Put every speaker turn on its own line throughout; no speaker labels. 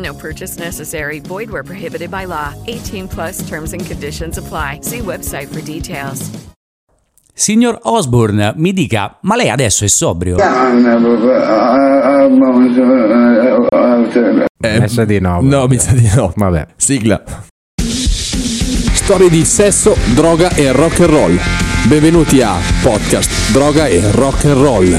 No purchase necessary. Void where prohibited by law. 18 plus terms and conditions apply. See website for details.
Signor Osborne, mi dica, ma lei adesso è sobrio?
Eh,
Mi sa di no.
No, mi sa di no.
Vabbè.
Sigla. Storie di sesso, droga e rock and roll. Benvenuti a Podcast Droga e Rock and Roll.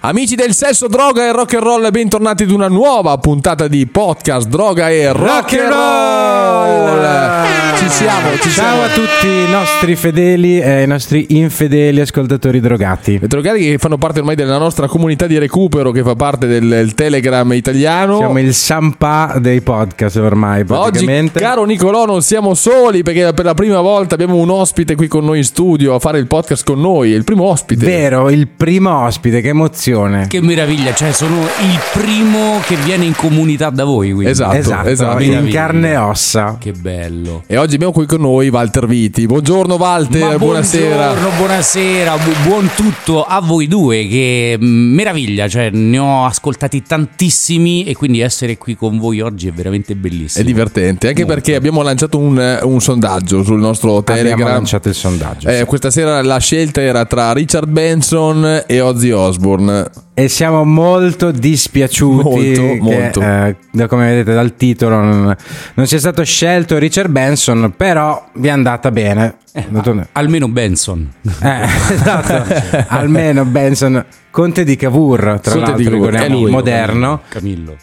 Amici del sesso, droga e rock and roll, bentornati ad una nuova puntata di podcast Droga e Rock, and roll. Ci siamo, ci siamo.
Ciao a tutti i nostri fedeli e i nostri infedeli ascoltatori drogati.
I drogati che fanno parte ormai della nostra comunità di recupero che fa parte del, del Telegram italiano.
Siamo il Sampa dei podcast ormai,
Ma Oggi,
praticamente.
caro Nicolò, non siamo soli perché per la prima volta abbiamo un ospite qui con noi in studio a fare il podcast con noi. È il primo ospite.
Vero, il primo ospite, che emozione.
Che meraviglia, cioè sono il primo che viene in comunità da voi. Quindi.
Esatto,
esatto,
esatto.
in carne e ossa.
Che bello.
E oggi abbiamo qui con noi Walter Viti. Buongiorno Walter,
Ma
buonasera.
buongiorno, buonasera, bu- buon tutto a voi due, che mh, meraviglia, cioè ne ho ascoltati tantissimi e quindi essere qui con voi oggi è veramente
È
bellissimo.
divertente, anche
Molto.
perché abbiamo lanciato un, un sondaggio sul nostro
Abbiamo
Telegram.
lanciato il sondaggio.
Eh, questa sera la scelta era tra Richard Benson e Ozzy Osbourne.
E siamo molto dispiaciuti
Molto,
che,
molto.
eh, da- come vedete dal titolo non, non sia stato scelto Richard Benson, però vi è andata bene.
Eh,
Noto-
Almeno Benson.
eh, esatto. Almeno Benson, Conte di Cavour, tra
Conte di
l'altro
Cavour,
ricordiamo,
è lui.
moderno,
Camillo.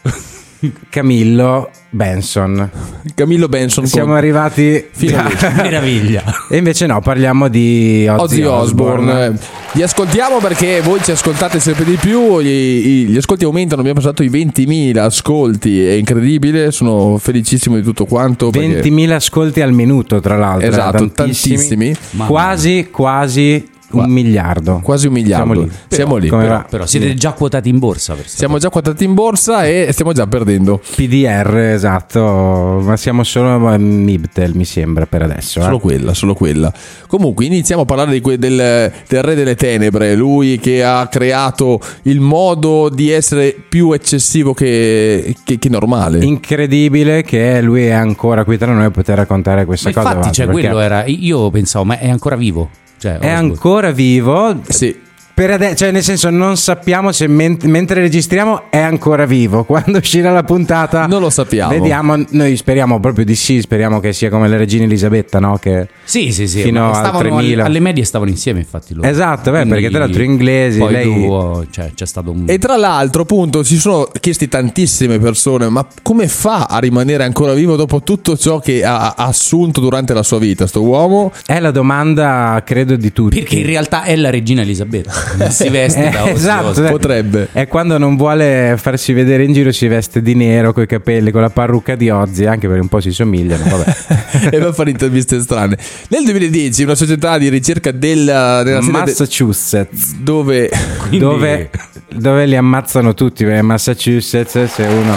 Camillo Benson.
Camillo Benson.
Siamo
con-
arrivati
Fino a lui.
meraviglia.
E invece no, parliamo di Ozzy,
Ozzy
Osbourne.
Osbourne. eh, Vi ascoltiamo perché voi ci ascoltate sempre di più, gli, gli ascolti aumentano, abbiamo passato i 20.000 ascolti, è incredibile, sono felicissimo di tutto quanto. perché-
20.000 ascolti al minuto, tra l'altro. eh,
Esatto,
tantissimi.
tantissimi.
Mamma
Quasi, quasi un miliardo.
Quasi un miliardo.
Siamo lì.
Siamo lì,
Come
però.
va?
Però siete già quotati in borsa. Per
Siamo già quadrati in borsa e stiamo già perdendo.
PDR, esatto, ma siamo solo a Mibtel, mi sembra, per adesso. eh.
Solo quella, solo quella. Comunque, iniziamo a parlare di que- del, del Re delle Tenebre, lui che ha creato il modo di essere più eccessivo che, che- che normale.
Incredibile che lui è ancora qui tra noi a poter raccontare questa
Ma
cosa.
infatti,
Walter,
cioè,
perché
quello era. Io pensavo, ma è ancora vivo.
È
Cioè, Osborne.
ancora vivo.
Sì.
Per adesso, cioè, nel senso, non sappiamo se men- mentre registriamo è ancora vivo. Quando uscirà la puntata,
Non lo sappiamo.
Vediamo, noi speriamo proprio di sì. Speriamo che sia come la regina Elisabetta, no? Che
Sì, sì, sì.
Fino
ma
a
stavano
3.000.
alle- alle medie stavano insieme, infatti. Loro.
Esatto, beh,
Quindi-
perché tra l'altro inglesi,
Poi
lei-
duo, cioè, c'è stato un.
E tra l'altro, appunto, si sono chiesti tantissime persone: ma come fa a rimanere ancora vivo dopo tutto ciò che ha, ha assunto durante la sua vita, sto uomo?
è la domanda, credo, di tutti.
Perché in realtà è la regina Elisabetta. non si veste da
Eh,
Ozzy
esatto,
Osbourne.
Eh.
Potrebbe.
È quando non vuole farsi vedere in giro si veste di nero, coi capelli, con la parrucca di Ozzy, anche perché un po' si somigliano, vabbè.
e va a fare interviste strane. Nel 2010, una società di ricerca della, della sede de-
Massachusetts,
dove
dove, dove li ammazzano tutti, perché Massachusetts eh, se uno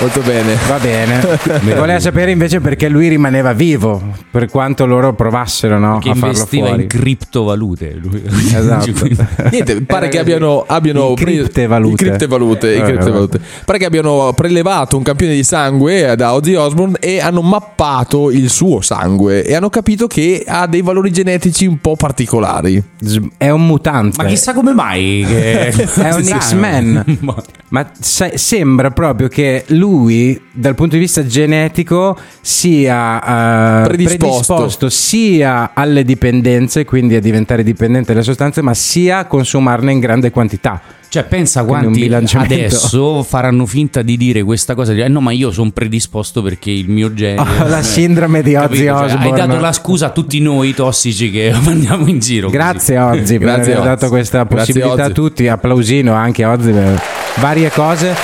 molto bene.
va bene. Voleva sapere invece perché lui rimaneva vivo, per quanto loro provassero no,
Che
a farlo
investiva
fuori.
in criptovalute. Lui. Cioè,
Esatto.
Niente, pare che abbiano, abbiano
I
pre-
criptevalute.
i criptevalute, i
Eh,
criptevalute. Pare che abbiano prelevato un campione di sangue da Ozzy Osbourne e hanno mappato il suo sangue e hanno capito che ha dei valori genetici un po' particolari.
S- È un mutante.
Ma chissà come mai che...
Cioè, È un X-Men.
Ma-
Ma sai- sembra proprio che lui, dal punto di vista genetico, sia eh,
Predisposto.
predisposto sia alle dipendenze, quindi a diventare dipendente dalle sostanze, ma sia a consumarne in grande quantità.
Cioè, pensa
Quindi un
quanti
bilanciamento.
adesso faranno finta di dire questa cosa. di- Eh, no, ma io sono predisposto perché il mio gene.
Oh, la sindrome di
Eh, Capito?
Ozzy
Cioè, Hai
Osbourne.
dato la scusa a tutti noi tossici che mandiamo in giro. così.
Grazie Ozzy per
Grazie,
aver
Ozzy.
dato questa
Grazie,
possibilità
Ozzy.
a tutti, applausino anche a Ozzy per varie cose,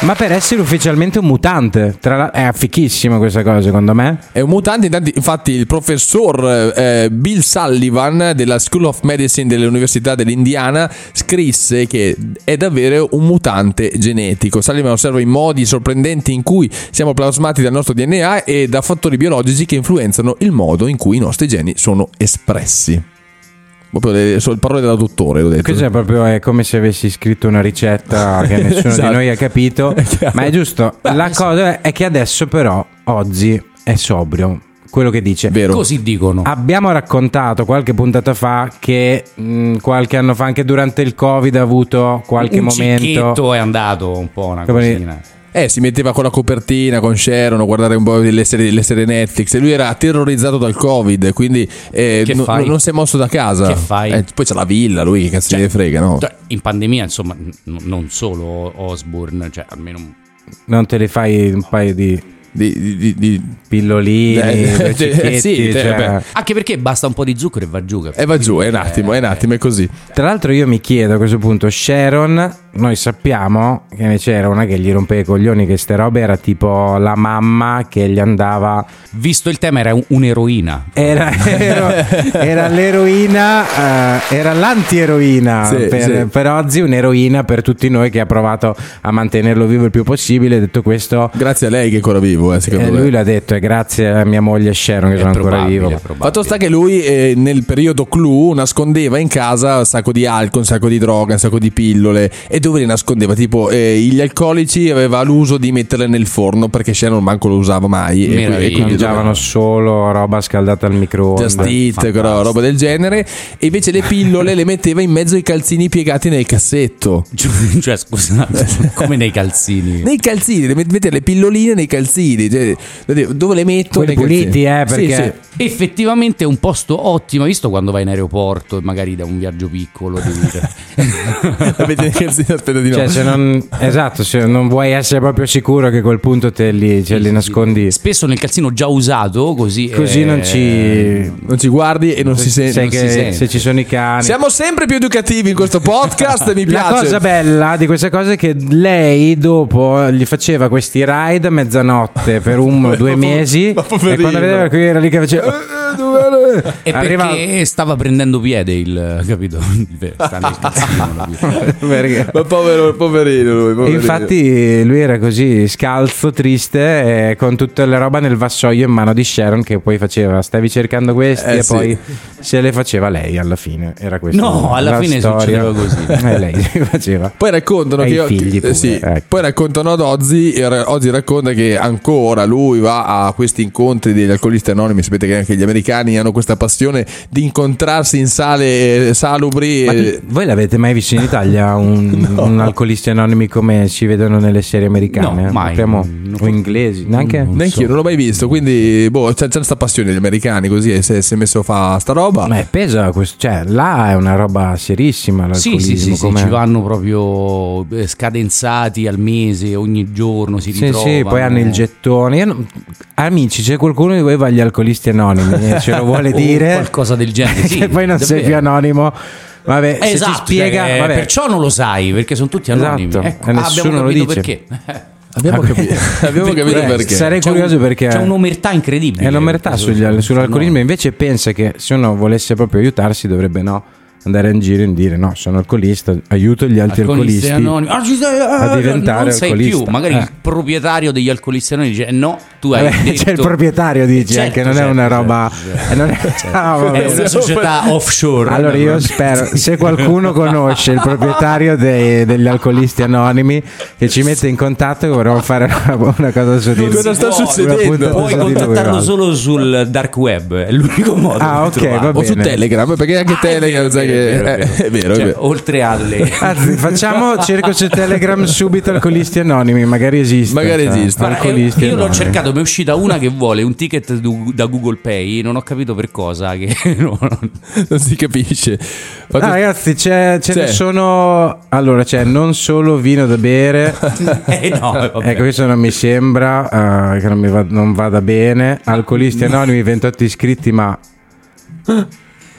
ma per essere ufficialmente un mutante, tra la- è fichissima questa cosa secondo me.
È un mutante, intanto- infatti il professor eh, Bill Sullivan della School of Medicine dell'Università dell'Indiana scrisse che è davvero un mutante genetico. Sullivan osserva i modi sorprendenti in cui siamo plasmati dal nostro DNA e da fattori biologici che influenzano il modo in cui i nostri geni sono espressi. Proprio le, sono le parole dell'autore, l'ho detto.
Cos'è proprio è come se avessi scritto una ricetta che nessuno
Esatto. Ah,
di noi ha capito,
È chiaro.
ma è giusto. la cosa è che adesso però Ozzy è sobrio, quello che dice.
Vero.
Così dicono.
Abbiamo raccontato qualche puntata fa che mh, qualche anno fa, anche durante il Covid, ha avuto qualche
un
momento.
cicchetto è andato un po' una
Come-
cosina.
Eh, si metteva con la copertina, con Sharon, a guardare un po' delle serie, le serie Netflix e lui era terrorizzato dal Covid, quindi eh,
Che
non-
fai?
non si è mosso da casa.
Che fai?
Eh, poi c'è la villa, lui che cazzo
Cioè,
ne frega, no?
Cioè, in pandemia, insomma, n- non solo Osborne, cioè almeno un-
Non te le fai un paio di
Di- di- di- di-
pillolini,
Eh,
due
sì,
cicchetti,
sì, cioè,
cioè.
beh.
anche perché basta un po' di zucchero e va giù.
Eh.
capito?
E va giù, è un attimo, è un attimo, è così.
Tra l'altro io mi chiedo a questo punto, Sharon, noi sappiamo che invece era una che gli rompeva i coglioni, che ste robe era tipo la mamma che gli andava...
Visto il tema, era un- un'eroina.
Era, era- era l'eroina, eh, era l'antieroina
Sì,
per,
sì.
per Ozzy, un'eroina per tutti noi che ha provato a mantenerlo vivo il più possibile. Detto questo,
Grazie a lei che è ancora vivo, eh, secondo
eh,
me.
lui l'ha detto e grazie a mia moglie Sharon che
È
sono ancora
probabile,
vivo.
è probabile.
Fatto sta che lui eh, nel periodo clou nascondeva in casa un sacco di alcol, un sacco di droga, un sacco di pillole e dove le nascondeva? Tipo eh, gli alcolici aveva l'uso di metterle nel forno perché Sharon manco lo usava mai e qui- e,
Meraviglia.
quindi dove-
Mangiavano solo roba scaldata al microonde.
Just Eat,
fantastico.
quella roba del genere. E invece le pillole le metteva in mezzo ai calzini piegati nel cassetto.
Cioè, cioè, scusate, come nei calzini.
Nei calzini, le met- mette le pilloline nei calzini. cioè, dove le metto?
Quelli
Nei calzini.
puliti, eh,
Sì,
perché-
sì.
Effettivamente è un posto ottimo, hai visto quando vai in aeroporto e magari da un viaggio piccolo devi
Le mette nei calzini, aspetta di no.
Cioè, se non, esatto, se non vuoi essere proprio sicuro che a quel punto te li, ce li nascondi,
Spesso nel calzino già usato, così
così
eh,
non ci.
Non ci guardi e non si sente.
sai
Eh, non si
che
sente.
se ci sono i cani.
Siamo sempre più educativi in questo podcast. mi
La
piace.
cosa bella di questa cosa è che lei dopo gli faceva questi ride a mezzanotte per uno o due
Ma po-
mesi
ma
e
poverino.
quando vedeva che era lì che
Eh,
faceva
eh, dov'è?
E
Arriva-
perché stava prendendo piede il capito? Sta nel calzino, capito?
Perché-
Ma povero, poverino lui.
E
poverino.
infatti lui era così scalzo, triste, eh, con tutta la roba nel vassoio in mano di Sharon che poi faceva, stavi cercando questi
Eh,
e
sì.
poi se le faceva lei alla fine, era questo.
No, alla
la
fine
storia.
succedeva così.
Eh, lei si faceva.
Poi raccontano
E
che
i figli
eh, sì,
pure, ecco.
poi raccontano ad Ozzy e ra- Ozzy racconta che ancora lui va a questi incontri degli alcolisti anonimi, sapete che anche gli americani hanno questa passione di incontrarsi in sale eh, salubri
Ma
eh,
tu- voi l'avete mai visto in Italia un, un alcolisti anonimi come si vedono nelle serie americane?
No, mai. Mm,
Abbiamo-
Non-
o inglesi? Neanche?
Neanche io non l'ho mai visto, quindi boh, c'è, c'è questa passione degli americani così e si è- si è messo a fare sta roba.
Ma è pesa questo, cioè là è una roba serissima.
Sì, sì, sì, sì,
l'alcolismo, com'è?
ci vanno proprio eh, scadenzati al mese, ogni giorno si
Sì,
ritrovano.
sì, poi hanno il gettone. Io non- Amici, c'è qualcuno di voi va agli alcolisti anonimi, eh, ce lo vuole
O
dire.
qualcosa del genere,
Perché
sì,
poi non sei
davvero.
più anonimo. Vabbè,
Eh,
se
esatto,
ci spiega,
cioè, eh,
vabbè.
perciò non lo sai perché sono tutti anonimi.
Esatto,
Ecco,
e
ah,
nessuno
abbiamo
lo
capito
dice.
perché.
abbiamo
Vabbè.
capito, abbiamo
Per
capito
cui, eh,
perché.
Sarei
C'è un- esatto,
curioso perché
c'è un'omertà incredibile.
È l'omertà
Su-
sugli-
su-
sull'alcolismo.
no.
Invece pensa che se uno volesse proprio aiutarsi dovrebbe no. andare in giro e dire no, sono alcolista, aiuto gli altri alcolisti.
anonimi. Ah, ci sei- ah,
a diventare
non sei
alcolista.
più, magari
Eh.
il proprietario degli alcolisti anonimi dice eh, no, tu hai
Vabbè,
detto
c'è il proprietario dice
Certo,
che non è
certo,
una
certo,
roba
certo. Eh,
eh, non è- Ah, vabbè.
È una società offshore.
Allora io
naturalmente.
spero, se qualcuno conosce il proprietario dei- degli alcolisti anonimi che ci mette in contatto che vorremmo fare una, una cosa su di lui.
Cosa sta
Una
succedendo?
puntata
Puoi
su di lui,
contattarlo
guarda.
solo sul dark web, è l'unico modo.
Ah, ok,
per trovarlo.
va
O su
Bene.
Telegram, perché anche
Ah, è
Telegram,
vero,
sai
è vero, è
che eh, è vero, è
Cioè,
vero.
oh.
Oltre alle
Anzi, facciamo cerco su Telegram subito alcolisti anonimi, magari esiste.
Magari esiste.
Guarda, eh,
Alcolisti
io l'ho
anonimi.
cercato, mi è uscita una che vuole un ticket du- da Google Pay, non ho capito per cosa. Che no, no.
Non si capisce. Fate-
Ah, ragazzi, c'è- ce ne
C'è.
sono. Allora, c'è non solo vino da bere.
Eh, no, vabbè.
Ecco, questo non mi sembra eh, che non, mi va- non vada bene. Alcolisti anonimi, 28 iscritti, ma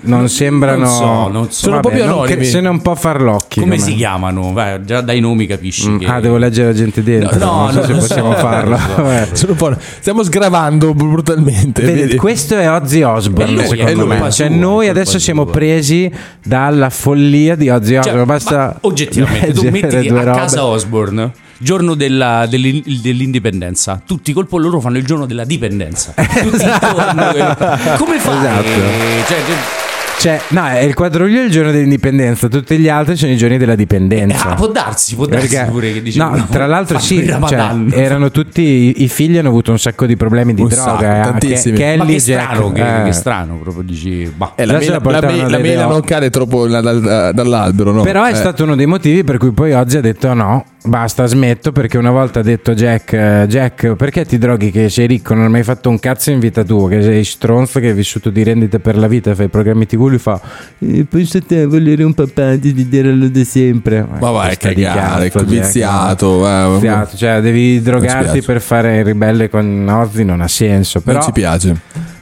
non sembrano.
Non so, non so.
Sono
Vabbè,
proprio
non che-
anonimi.
se non può far l'occhio.
Come si chiamano? Vai, già dai nomi capisci. che-
Ah, devo leggere la gente dentro. non
No, no,
so
non
se
lo
possiamo
so,
farlo.
non lo so.
Vabbè.
Sono un po'- Stiamo sgravando brutalmente.
Vedi,
vedi?
questo è Ozzy Osbourne,
È lui,
secondo
è lui.
me. Cioè,
È colpa
noi
sua,
adesso
colpa
siamo
sua.
presi dalla follia di Ozzy
Cioè,
Osbourne.
ma
Ah, Basta
oggettivamente, tu
leggere
mettiti
due
a
robe.
casa Osborne, giorno della- dell'in- dell'indipendenza, tutti colpo loro fanno il giorno della dipendenza. Tutti intorno, eh. Come fai?
Esatto.
Cioè,
Cioè, no, è il 4 luglio è il giorno dell'indipendenza, tutti gli altri sono i giorni della
eh, ah,
dipendenza.
può darsi, può darsi
Perché-
pure che dici,
no, tra l'altro
fanno
sì,
il
cioè,
Ramadan.
erano tutti i, i figli hanno avuto un sacco di problemi di
Un
droga,
sacco,
eh, anche
tantissimi.
Kelly
Ma che
e Jack,
strano, che,
eh.
che strano, proprio dici, bah.
Eh, la
Già se
mela,
la
la
portavano
me- la
dalle
mela
ossa.
non cade troppo la- dal- dall'albero, no?
Però è
Eh,
stato uno dei motivi per cui poi oggi ha detto no, basta, smetto, perché una volta ha detto Jack, eh, Jack, perché ti droghi che sei ricco, non hai mai fatto un cazzo in vita tua, che sei stronzo, che hai vissuto di rendite per la vita, fai programmi tv, lui fa, "Eh, pensa te a volere un papà di vederlo da sempre.
Ma vai,
testa di
cagare,
cazzo, Jack,
viziato,
no.
eh.
Viziato, cioè devi drogarti
spiace.
per fare il ribelle con Ozzy, non ha senso, però...
non ci piace.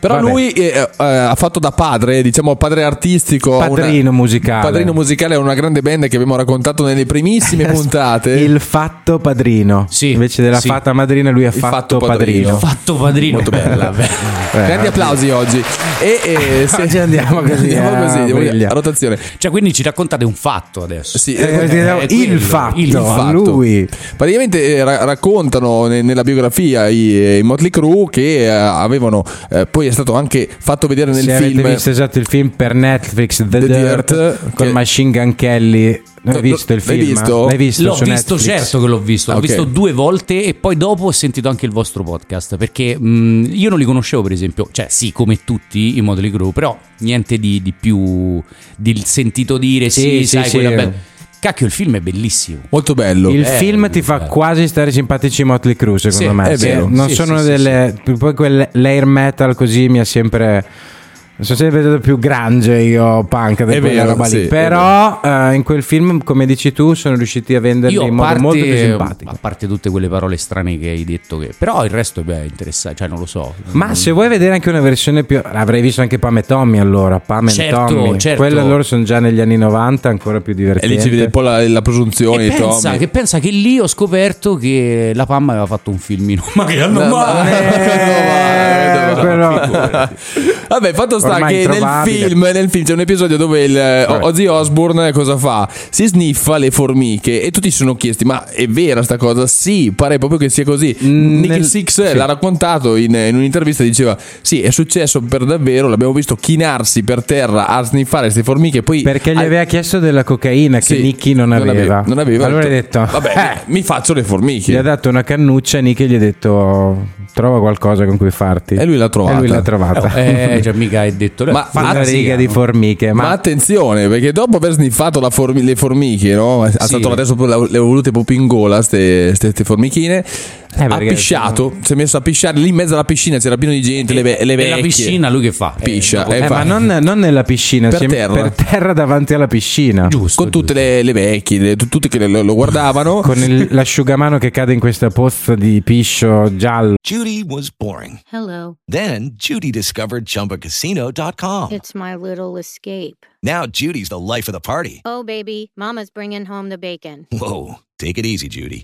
Però
Vabbè.
lui eh, eh, ha fatto da padre, diciamo padre artistico. a una-
Padrino musicale.
Padrino musicale a una grande band che abbiamo raccontato nelle primissime puntate.
Il fatto padrino.
Sì,
Invece della
sì.
fata madrina, lui è fatto,
fatto
padrino.
padrino.
Fatto padrino,
Molto bella.
Eh,
Grandi applausi oggi. E, eh, se-
Oggi andiamo così,
Andiamo
eh,
così, andiamo
briglia.
a rotazione.
Cioè, quindi ci raccontate un fatto adesso.
Sì,
Eh, il
eh,
eh, quello,
fatto,
il
fatto.
lui
Praticamente eh, ra- raccontano ne- nella biografia i, i Motley Crue che eh, avevano, eh, poi è stato anche fatto vedere nel
se
film.
avete visto esatto il film per Netflix The,
The
Dirt,
Dirt,
con
che-
Machine Gun Kelly
No,
hai visto il
l'hai
film?
visto?
l'hai visto
L'ho
su
visto,
Netflix?
certo che l'ho visto. L'ho
Ah, ok.
visto due volte e poi dopo ho sentito anche il vostro podcast. Perché mh, io non li conoscevo, per esempio, cioè, sì, come tutti i Motley Crue, però niente di, di più del sentito dire
Sì,
sì,
sì,
sai,
sì.
quella bella. Cacchio, il film è bellissimo.
Molto bello.
il
Eh,
film ti fa
eh.
quasi stare simpatici i Motley Crue secondo
Sì,
me
è
Sì,
vero.
non
Sì,
sono
sì, sì,
delle poi quell'air metal così mi ha sempre sono sempre stato più grunge io punk di
È
quella
vero,
roba lì.
sì, è
però eh, in quel film come dici tu sono riusciti a venderli
Io a
in modo
parte,
molto più simpatico
a parte tutte quelle parole strane che hai detto, che, però il resto beh, è interessante, cioè non lo so.
Ma se vuoi vedere anche una versione più. Avrei visto anche Pam e Tommy allora. Pam e
Certo,
Tommy.
certo.
Quelle loro sono già negli anni 90, ancora più
e
divertenti.
lì ci vede un po' la, la presunzione
E
di
pensa
Tommy.
che, pensa che lì ho scoperto che la Pamma aveva fatto un filmino. Ma che hanno
No, ma-
male!
Eh,
No,
quello-
Vabbè, fatto sta
Ormai
che nel
introvabile.
film, nel film c'è un episodio dove il, eh,
Vabbè.
Ozzy Osbourne cosa fa? Si sniffa le formiche e tutti si sono chiesti: ma è vera sta cosa? Sì, pare proprio che sia così.
Mm,
Nicky
nel-
Six eh,
sì.
l'ha raccontato in, in un'intervista: diceva: Sì, è successo per davvero. L'abbiamo visto chinarsi per terra a sniffare queste formiche. Poi
Perché gli
Ah,
aveva chiesto della cocaina che
sì,
Nicky non aveva.
non aveva.
Allora ha detto:
Vabbè,
"Eh".
mi faccio le
Gli ha
formiche.
dato una cannuccia. Nicky gli ha detto: Trova qualcosa con cui farti.
E lui l'ha
E
trovata.
lui l'ha trovata.
Eh, cioè, mica hai detto.
Ma-
fa
Una
una
riga
sega,
di
no?
formiche.
Ma,
Ma,
attenzione, perché dopo aver sniffato la formi- le formiche, no? ha stato adesso proprio la- le ho volute proprio in gola, queste formichine.
Eh,
ha
Eh, perché-
pisciato, si è messo a pisciare lì in mezzo alla piscina, c'era pieno di gente, le, ve- le
E
vecchie.
la piscina lui che fa? Eh,
Piscia,
dopo-
eh,
eh, ma
fa-
non, non nella piscina,
Per
si è-
terra.
per terra davanti alla piscina.
giusto.
Con tutte le, le vecchie, le- tu- tutte che le- lo, lo guardavano.
Con il- l'asciugamano che cade in questa pozza di piscio giallo.
Judy was boring.
Hello.
Then Judy discovered ChumbaCasino.com.
It's my little escape.
Now Judy's the life of the party.
Oh, baby. Mama's bringing home the bacon.
Whoa, take it easy, Judy.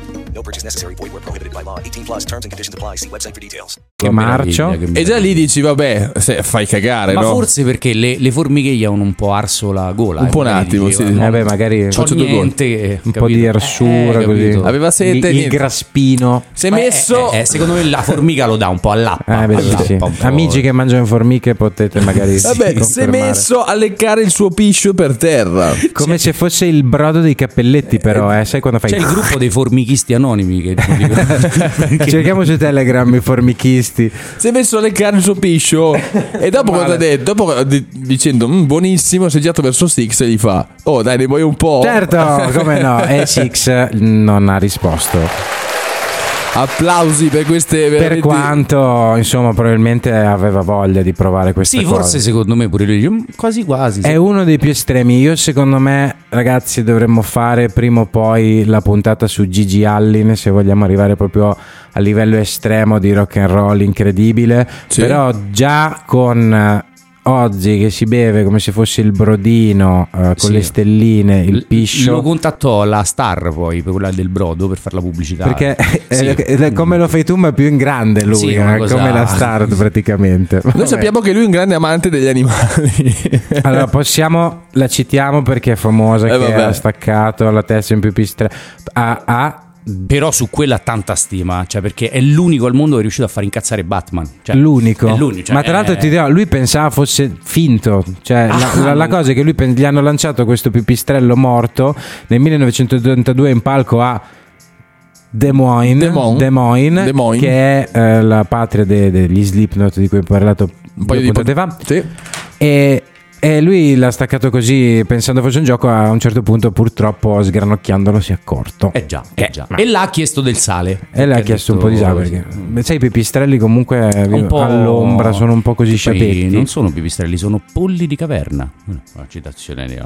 No purchase necessary. Void where prohibited by law. 18 plus terms and conditions apply. See website for details.
Che marcio. Eh,
E già lì dici, vabbè, se- fai cagare,
Ma
no?
forse perché le, le formiche gli hanno un po' arso la gola.
Un
eh,
po' un
magari
attimo,
dici,
sì.
"Guarda,
Eh beh, magari
c'ho
Faccio due gol."
niente, eh,
un po'
capito?
di
Eh,
arsura così.
capito.
Aveva sete,
il, il
niente.
graspino.
Sei
Ma è-
messo...
è- è- Eh, secondo me la formica lo dà un po' all'appa.
Eh, beh, sì,
all'appa
sì.
un po'.
Amici che mangiano formiche potete magari
Vabbè, si è
confermare.
messo a leccare il suo piscio per terra.
Come se fosse il brodo dei cappelletti però, eh, sai quando fai...
C'è il gruppo dei formichisti anonimi che
Cerchiamo su Telegram i formichisti.
Si è messo a leccare il suo piscio. e dopo cosa ha detto? Dopo, di- dicendo, "Mm, buonissimo, si è girato verso Six e gli fa, oh dai, ne vuoi un po'?
Certo, come no? E Six non ha risposto.
Applausi per queste
Per
veramente...
quanto, insomma, probabilmente aveva voglia di provare questa
Sì,
cosa.
forse secondo me pure lui. mm, Quasi quasi. sì.
È uno dei più estremi. Io, secondo me, ragazzi, dovremmo fare prima o poi la puntata su Gigi Allin. Se vogliamo arrivare proprio a livello estremo di rock and roll incredibile.
Sì.
Però, già con. eh, Oggi che si beve come se fosse il brodino eh, con
Sì.
le stelline, il
L-
piscio.
Lo contattò la star poi, per quella del brodo, per fare la pubblicità.
Perché
Sì.
eh, eh, come lo fai tu, ma più in grande lui,
Sì, una
eh,
cosa-
come la start praticamente. Vabbè.
Noi sappiamo che lui è un grande amante degli animali.
Allora, possiamo, la citiamo perché è famosa,
Eh,
che
vabbè.
ha staccato la testa in più pistre. Ha, ha-
Però su quella tanta stima, cioè perché è l'unico al mondo che è riuscito a far incazzare Batman. Cioè,
l'unico.
è l'unico, cioè,
Ma tra
eh.
l'altro
è-
ti dirò, lui pensava fosse finto. Cioè,
Ah.
la, la- la cosa è che lui pen- gli hanno lanciato questo pipistrello morto nel 1982 in palco a. Des Moines,
Des Moines.
Des Moines,
Des Moines.
che è eh, la patria de- degli Slipknot di cui ho parlato un
paio di
puntate
po-
fa.
Sì.
E, e lui l'ha staccato così pensando fosse un gioco. A un certo punto, purtroppo, sgranocchiandolo, si è accorto.
Eh già, eh già. E là ha chiesto del sale.
e le ha chiesto un po' di
detto-
sangue perché beh, sai i pipistrelli comunque eh,
Un po'-
all'ombra sono un po' così
Poi
sciapetti
Non sono pipistrelli, sono polli di caverna. Una citazione di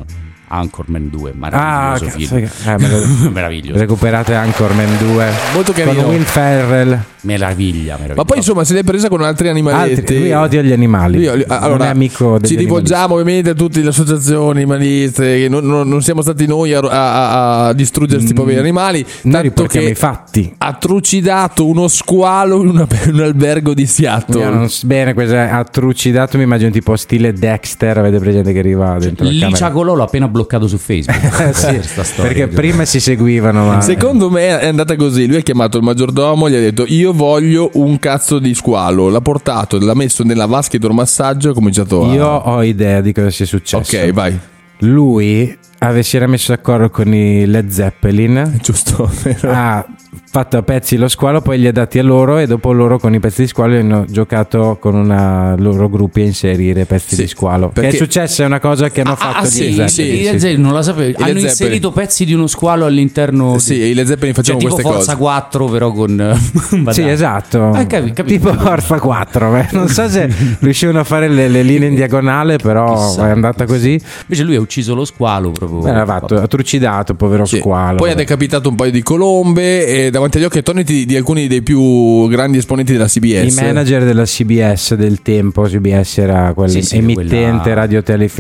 Anchorman 2,
Ah, cazzo,
meraviglioso film.
eh, me lo-
meraviglioso.
recuperate Anchorman 2
Molto
con
carino.
Will Ferrell
Meraviglia, meraviglia.
Ma poi insomma se l'è presa con altri animaletti.
Altri- lui odia gli animali
Io- allora,
non è amico degli animali.
ci rivolgiamo ovviamente a tutte le associazioni animaliste, che non, non- non siamo stati noi a, a- a- a distruggere questi poveri animali.
Mm. noi
tanto
riportiamo
che
i fatti
ha trucidato uno squalo in, una- in un albergo di
Io
Seattle.
non s- bene questo è trucidato mi immagino tipo stile Dexter avete presente che arriva dentro la
Licia
camera
Colò l'ho appena bloccato su Facebook.
Eh, sì,
Questa storia,
perché
cioè.
prima si seguivano ma
Secondo me è andata così. Lui ha chiamato il maggiordomo, gli ha detto: Io voglio un cazzo di squalo. L'ha portato, l'ha messo nella vasca idromassaggio e ha cominciato a.
io ho idea di cosa sia successo
Ok, vai.
lui ave- si era messo d'accordo con i Led Zeppelin
Giusto. vero?
Esatto.
ha fatto a pezzi lo squalo poi gli ha dati a loro e dopo loro con i pezzi di squalo hanno giocato con una loro gruppi a inserire pezzi
Sì,
di squalo
perché-
che è successa è una cosa che hanno fatto gli
Ah, sì,
Zeppelin,
sì,
sì,
Led Zeppelin, non la sapevo. Hanno
Zeppelin.
inserito pezzi di uno squalo
Eh
all'interno.
Eh, Sì,
di...
i Led Zeppelin
cioè,
facevano
tipo
queste
Forza
cose.
4, però con.
Sì,
Badate.
esatto.
Ah, capi- capito.
Tipo Orfa 4. eh. Non so se riuscivano a fare le, le linee in diagonale, però
Chissà, Oh,
è andata così.
Invece lui ha ucciso lo squalo proprio.
Beh, l'ha Eh, fatto, ha trucidato, povero
Sì.
squalo.
Poi ha decapitato un paio di colombe e davanti agli occhi attoniti di alcuni dei più grandi esponenti della
I
CBS.
manager della CBS del tempo, CBS era
Sì, sì,
quell'emittente
quella-
radiotelefonica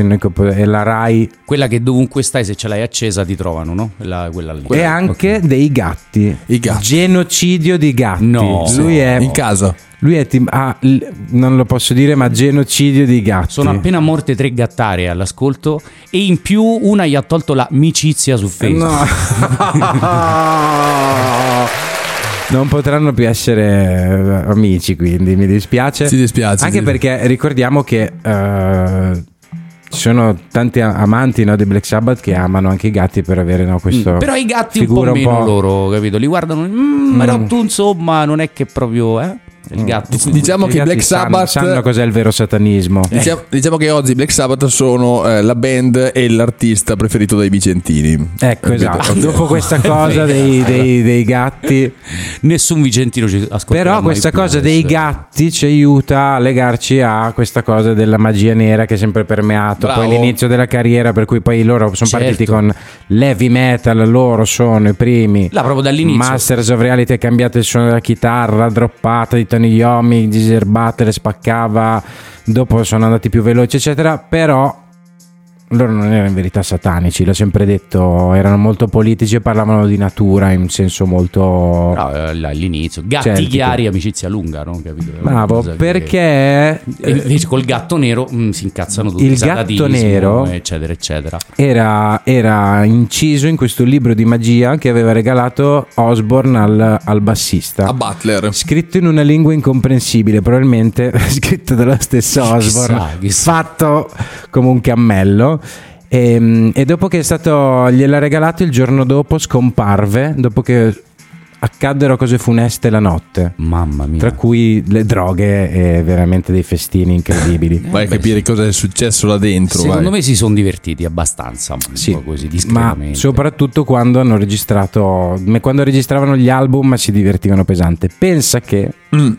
e la RAI
Quella che dovunque stai, se ce l'hai accesa, ti trovano, no? La- quella lì.
e anche dei gatti.
I gatti.
Genocidio di gatti.
No.
lui è,
In casa.
lui è tim- ah, l- non lo posso dire, ma genocidio di gatti.
Sono appena morte tre gattare all'ascolto e in più una gli ha tolto l'amicizia
Eh,
su Facebook. Mm.
No. Non potranno più essere eh, amici, quindi mi dispiace.
Ci dispiace,
Cioè, Anche
sì.
perché ricordiamo che eh, ci sono tanti a- amanti no, di Black Sabbath che amano anche i gatti per avere no, questo.
Mm, Però i gatti un po'
figura Mm.
meno loro, capito? Li guardano, "Mm, però tu insomma non è che proprio... Eh? il gatto.
Dic- diciamo
I
che
gatti
Black
sanno,
Sabbath
sanno cos'è il vero satanismo.
Diciamo, diciamo che oggi Black Sabbath sono eh, la band e l'artista preferito dai vicentini.
Ecco,
Capito?
esatto.
Ok.
Dopo questa cosa dei, dei- dei gatti.
Nessun vicentino ci ascolta.
Però questa cosa dei
eh.
gatti ci aiuta a legarci a questa cosa della magia nera che è sempre permeato.
Bravo.
Poi l'inizio della carriera, per cui poi loro sono
Certo.
partiti con l'heavy metal, loro sono i primi.
Là, proprio dall'inizio.
Masters of Reality ha cambiato il suono della chitarra, droppata di Tony Yomi, diserbate, le spaccava, dopo sono andati più veloci, eccetera, però loro non erano in verità satanici, l'ho sempre detto, erano molto politici e parlavano di natura in senso molto...
No, eh, là, all'inizio. Gatti
Certo.
chiari, amicizia lunga, no? Capito? È una
Bravo,
cosa che-
perché eh,
E invece col gatto nero mm, si incazzano tutti.
Il
il satanismo,
gatto nero-
Eccetera, eccetera.
era, era inciso in questo libro di magia che aveva regalato Osborne al, al bassista.
A Butler.
Scritto in una lingua incomprensibile, probabilmente scritto dalla stessa Osborne,
Chissà, chissà.
fatto come un cammello. Ehm, E, dopo che è stato, gliel'ha regalato il giorno dopo, scomparve dopo che accaddero cose funeste la notte,
Mamma mia.
tra cui le droghe e veramente dei festini incredibili.
Eh, Vai a capire cosa è successo là dentro.
Eh, Secondo
vai.
me si sono divertiti abbastanza. Un
Sì,
po' così,
ma
discretamente.
soprattutto quando hanno registrato, me- quando registravano gli album si divertivano pesante. Pensa che,
Mm.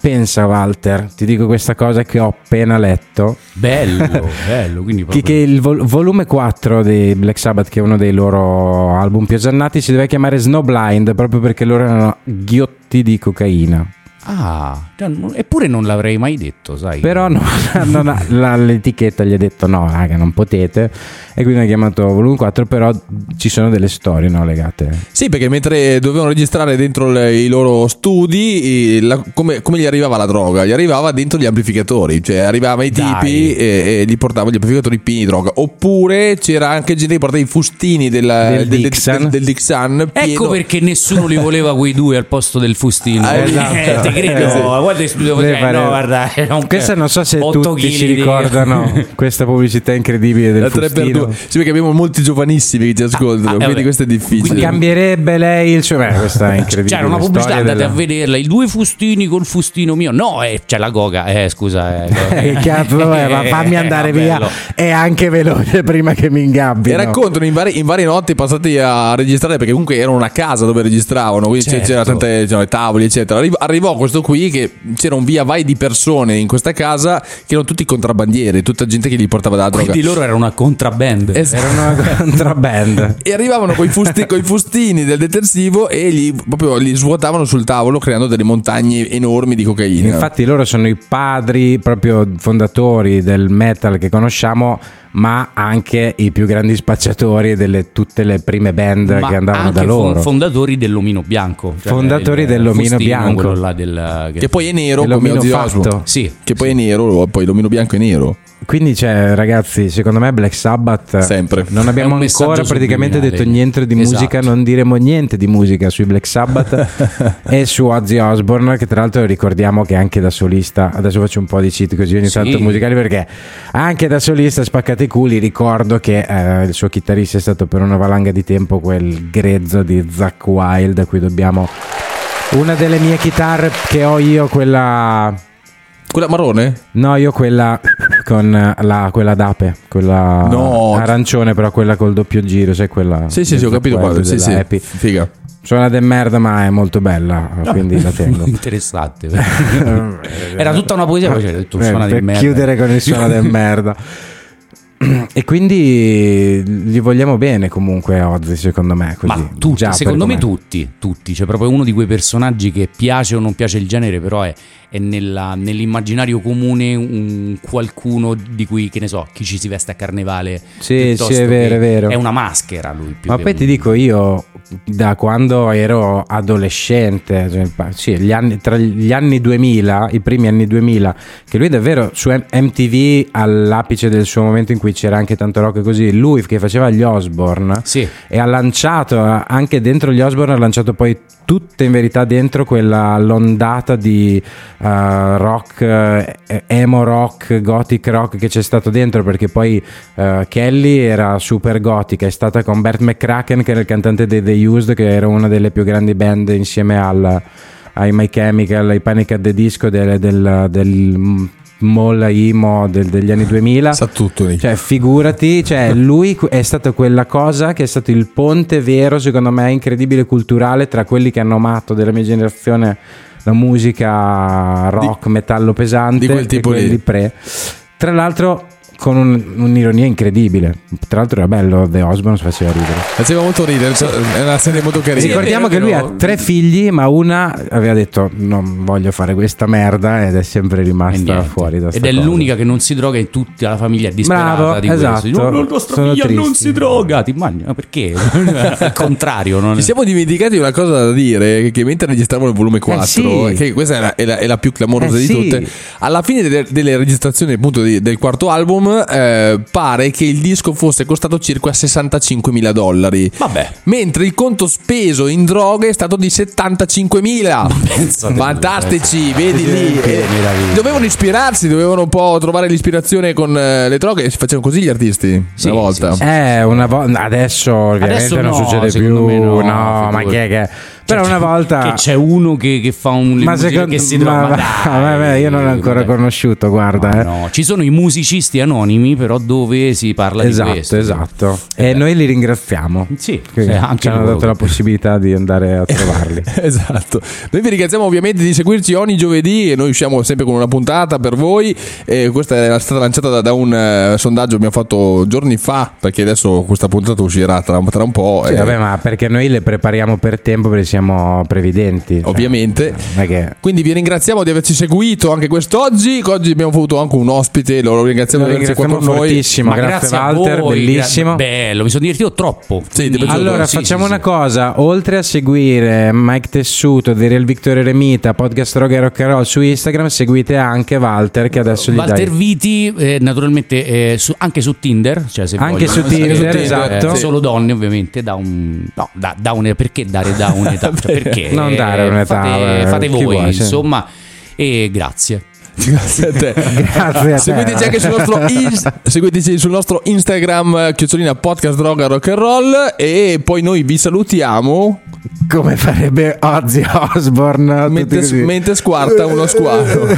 pensa Walter, ti dico questa cosa che ho appena letto,
Bello, bello. Quindi
che,
proprio...
che il vol- volume 4 di Black Sabbath, che è uno dei loro album più osannati, si deve chiamare Snowblind proprio perché loro erano ghiotti di cocaina.
Ah, già, non- eppure non l'avrei mai detto, sai.
Però no, no, no, la- l'etichetta gli ha detto no, raga, non potete. E quindi hanno chiamato volume 4, però ci sono delle storie no, legate.
Sì, perché mentre dovevano registrare dentro le- i loro studi, eh, la- come, come gli arrivava la droga? Gli arrivava dentro gli amplificatori, cioè arrivavano i
Dai.
tipi e, e gli portavano gli amplificatori pieni di droga. Oppure c'era anche gente che portava i fustini della-
Del Dixan.
del Dixan pieno-
Ecco perché nessuno li voleva quei due al posto del fustino.
Ah, esatto.
Eh, te credo.
Eh, sì.
Guarda che studio
Deve
eh,
fare-
no, guarda, eh, non-
Questa non so se
otto
tutti
chili
si
di-
ricordano questa pubblicità incredibile del
La 3x2.
fustino.
Sì, perché abbiamo molti giovanissimi che ci ascoltano,
ah, eh,
quindi
vabbè.
questo è difficile.
Quindi
Cambierebbe lei il suo... Beh, questa è incredibile.
C'era Cioè, una
la
pubblicità,
storia
andate
della-
a vederla. I due fustini col fustino mio. No, eh, c'è la goga. Eh, scusa.
Che
eh.
cazzo è? Ma fammi andare
Eh,
via.
bello.
E anche veloce prima che mi ingabbi.
E raccontano in varie, in varie notti passate a registrare perché comunque erano una casa dove registravano, quindi c'è- c'era
Certo.
tante c'erano le tavole, eccetera. Arri- arrivò questo qui che c'era un via vai di persone in questa casa che erano tutti contrabbandieri, tutta gente che gli portava della droga.
Quindi loro era una contrabband.
Era una contrabband.
E arrivavano con i fustini del detersivo e gli, proprio li svuotavano sul tavolo creando delle montagne enormi di cocaina.
Infatti loro sono i padri proprio fondatori del metal che conosciamo, ma anche i più grandi spacciatori delle tutte le prime band
Ma
che andavano
anche
da
fon-
loro.
fondatori dell'omino bianco.
Fondatori
il
dell'omino
fustino,
bianco.
quello là del-
che poi è nero
E
come
l'omino
Ozzy
fatto.
Osbourne.
Sì.
Che poi è nero, poi l'omino bianco è nero.
Quindi, cioè, ragazzi, secondo me Black Sabbath.
Sempre.
Non abbiamo
È un messaggio
ancora praticamente
subliminale.
detto niente di
Esatto.
musica, non diremo niente di musica sui Black Sabbath e su Ozzy Osbourne, che tra l'altro ricordiamo che anche da solista, adesso faccio un po' di cheat così ogni
Sì.
tanto musicali perché anche da solista spaccate i culi, ricordo che eh, il suo chitarrista è stato per una valanga di tempo quel grezzo di Zach Wild a cui dobbiamo una delle mie chitarre che ho io, quella
Quella marrone?
No, io quella con la, quella d'ape, quella
No.
arancione, però quella col doppio giro, sai quella.
Sì, sì, sì, ho capito
quella
qua. Sì,
della
sì.
Happy.
Figa.
Suona de merda, ma è molto bella, quindi la tengo.
Interessante. Era tutta una poesia, poi c'era detto
Eh,
suona di
per
merda.
chiudere con il suono del merda. E quindi gli vogliamo bene comunque a Ozzy, secondo me. Così.
Ma tutti,
Già, per
secondo me
com'è.
tutti, tutti, c'è proprio uno di quei personaggi che piace o non piace il genere, però è, è nella- nell'immaginario comune un qualcuno di cui, che ne so, chi ci si veste a carnevale.
Sì,
piuttosto
sì, è vero,
che-
è vero.
È una maschera lui. Più
Ma
che
poi ti
un-
dico io, da quando ero adolescente, cioè, pa- sì, gli anni- tra gli anni 2000, i primi anni 2000, che lui davvero su M- MTV all'apice del suo momento in cui c'era anche tanto rock e così, lui che faceva gli Osborne
Sì.
e ha lanciato eh, anche dentro gli Osborne, ha lanciato poi tutte in verità dentro quella l'ondata di eh, rock, eh, emo rock, gothic rock che c'è stato dentro perché poi eh, Kelly era super gotica, è stata con Bert McCracken che era il cantante dei The Used che era una delle più grandi band insieme al, ai My Chemical, ai Panic at the Disco del, del, del Molla Imo del- degli anni 2000.
Sa tutto lì.
Cioè, figurati, cioè, lui cu- è stata quella cosa che è stato il ponte vero, secondo me, incredibile culturale tra quelli che hanno amato della mia generazione la musica rock, metallo pesante
di quel tipo
e quelli
lì.
pre. Tra l'altro con un- un'ironia incredibile. Tra l'altro era bello, The Osborne faceva ridere.
Faceva molto ridere, so- è una serie molto carina.
Sì, è vero.
Ricordiamo che lui ha tre figli, ma una aveva detto non voglio fare questa merda ed è sempre
E
rimasta
niente.
fuori da sta
Ed è
cosa.
l'unica che non si droga e tutta la famiglia è disperata
Bravo,
di questo.
esatto.
Dice, "Oh, la nostra
Sono
figlia non
tristi.
si droga, ti immagini? Ma perché? Al contrario, non
Ci siamo dimenticati una cosa da dire: che mentre registravamo il
Eh,
volume 4,
sì.
che questa è la, è la- è la più clamorosa
Eh,
di
sì.
tutte, alla fine delle, delle registrazioni appunto di- del quarto album, eh, pare che il disco fosse costato circa 65 mila dollari.
Vabbè.
Mentre il conto speso in droghe è stato di 75 mila.
pensate voi,
Fantastici, vedi lì.
Che
eh,
meraviglia.
dovevano ispirarsi, dovevano un po' trovare l'ispirazione con eh, le droghe. Si facevano così gli artisti
Sì,
una volta.
sì, sì.
Eh, una volta adesso ovviamente
Adesso
non
no,
succede più,
secondo me no,
no,
figurati.
ma che che Però una volta
Cioè, Che c'è uno che, che fa un
ma
limousine
secondo
che si droga.
ma-
ma dai.
ma- ma io non l'ho ancora
Vabbè.
conosciuto, guarda, eh.
No, ci sono i musicisti anonimi, però dove si parla di questo.
Esatto,
Eh,
esatto. E noi li ringraziamo.
Sì,
Che
sì, anche
ci hanno
loro. Cioè,
dato la possibilità di andare a trovarli.
Esatto, noi vi ringraziamo ovviamente di seguirci ogni giovedì e noi usciamo sempre con una puntata per voi. E questa era stata lanciata da, da un eh, sondaggio che abbiamo fatto giorni fa, perché adesso questa puntata uscirà tra, tra un po'.
Sì,
eh,
Cioè, vabbè, ma perché noi le prepariamo per tempo perché siamo previdenti. cioè,
Ovviamente.
non è che
Quindi vi ringraziamo di averci seguito anche quest'oggi. Oggi abbiamo avuto anche un ospite, lo ringraziamo
Lo
di averci qua
ringraziamo
con noi.
fortissimo, grazie,
a
Walter,
voi,
bellissimo.
gra- bello, mi sono divertito troppo.
Sì, ti piaciuto?
Allora,
Sì,
facciamo
sì,
una
sì.
cosa: oltre a seguire Mike Tessuto, The Real Victorio Remita, Podcast Rock e Rock and Roll su Instagram, seguite anche Walter, che adesso gli
Walter
dai.
Viti, eh, naturalmente eh, su- anche su Tinder, cioè se
Anche
vogliono-
su
anche
Tinder,
eh,
esatto.
solo donne ovviamente, da un, no, da, da un- perché dare da un'età? Cioè, perché?
Non dare un'età,
Fate,
eh,
fate
chi
voi,
vuole, sì.
insomma, e grazie.
Grazie a te.
Grazie a te.
Seguiteci anche sul nostro, ins- seguiteci sul nostro Instagram, eh, chiocciolina podcast droga rock and roll. E poi noi vi salutiamo.
Come farebbe Ozzy Osbourne?
Mentre, mentre squarta uno squalo.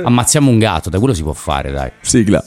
Ammazziamo un gatto, da quello si può fare, dai.
Sigla.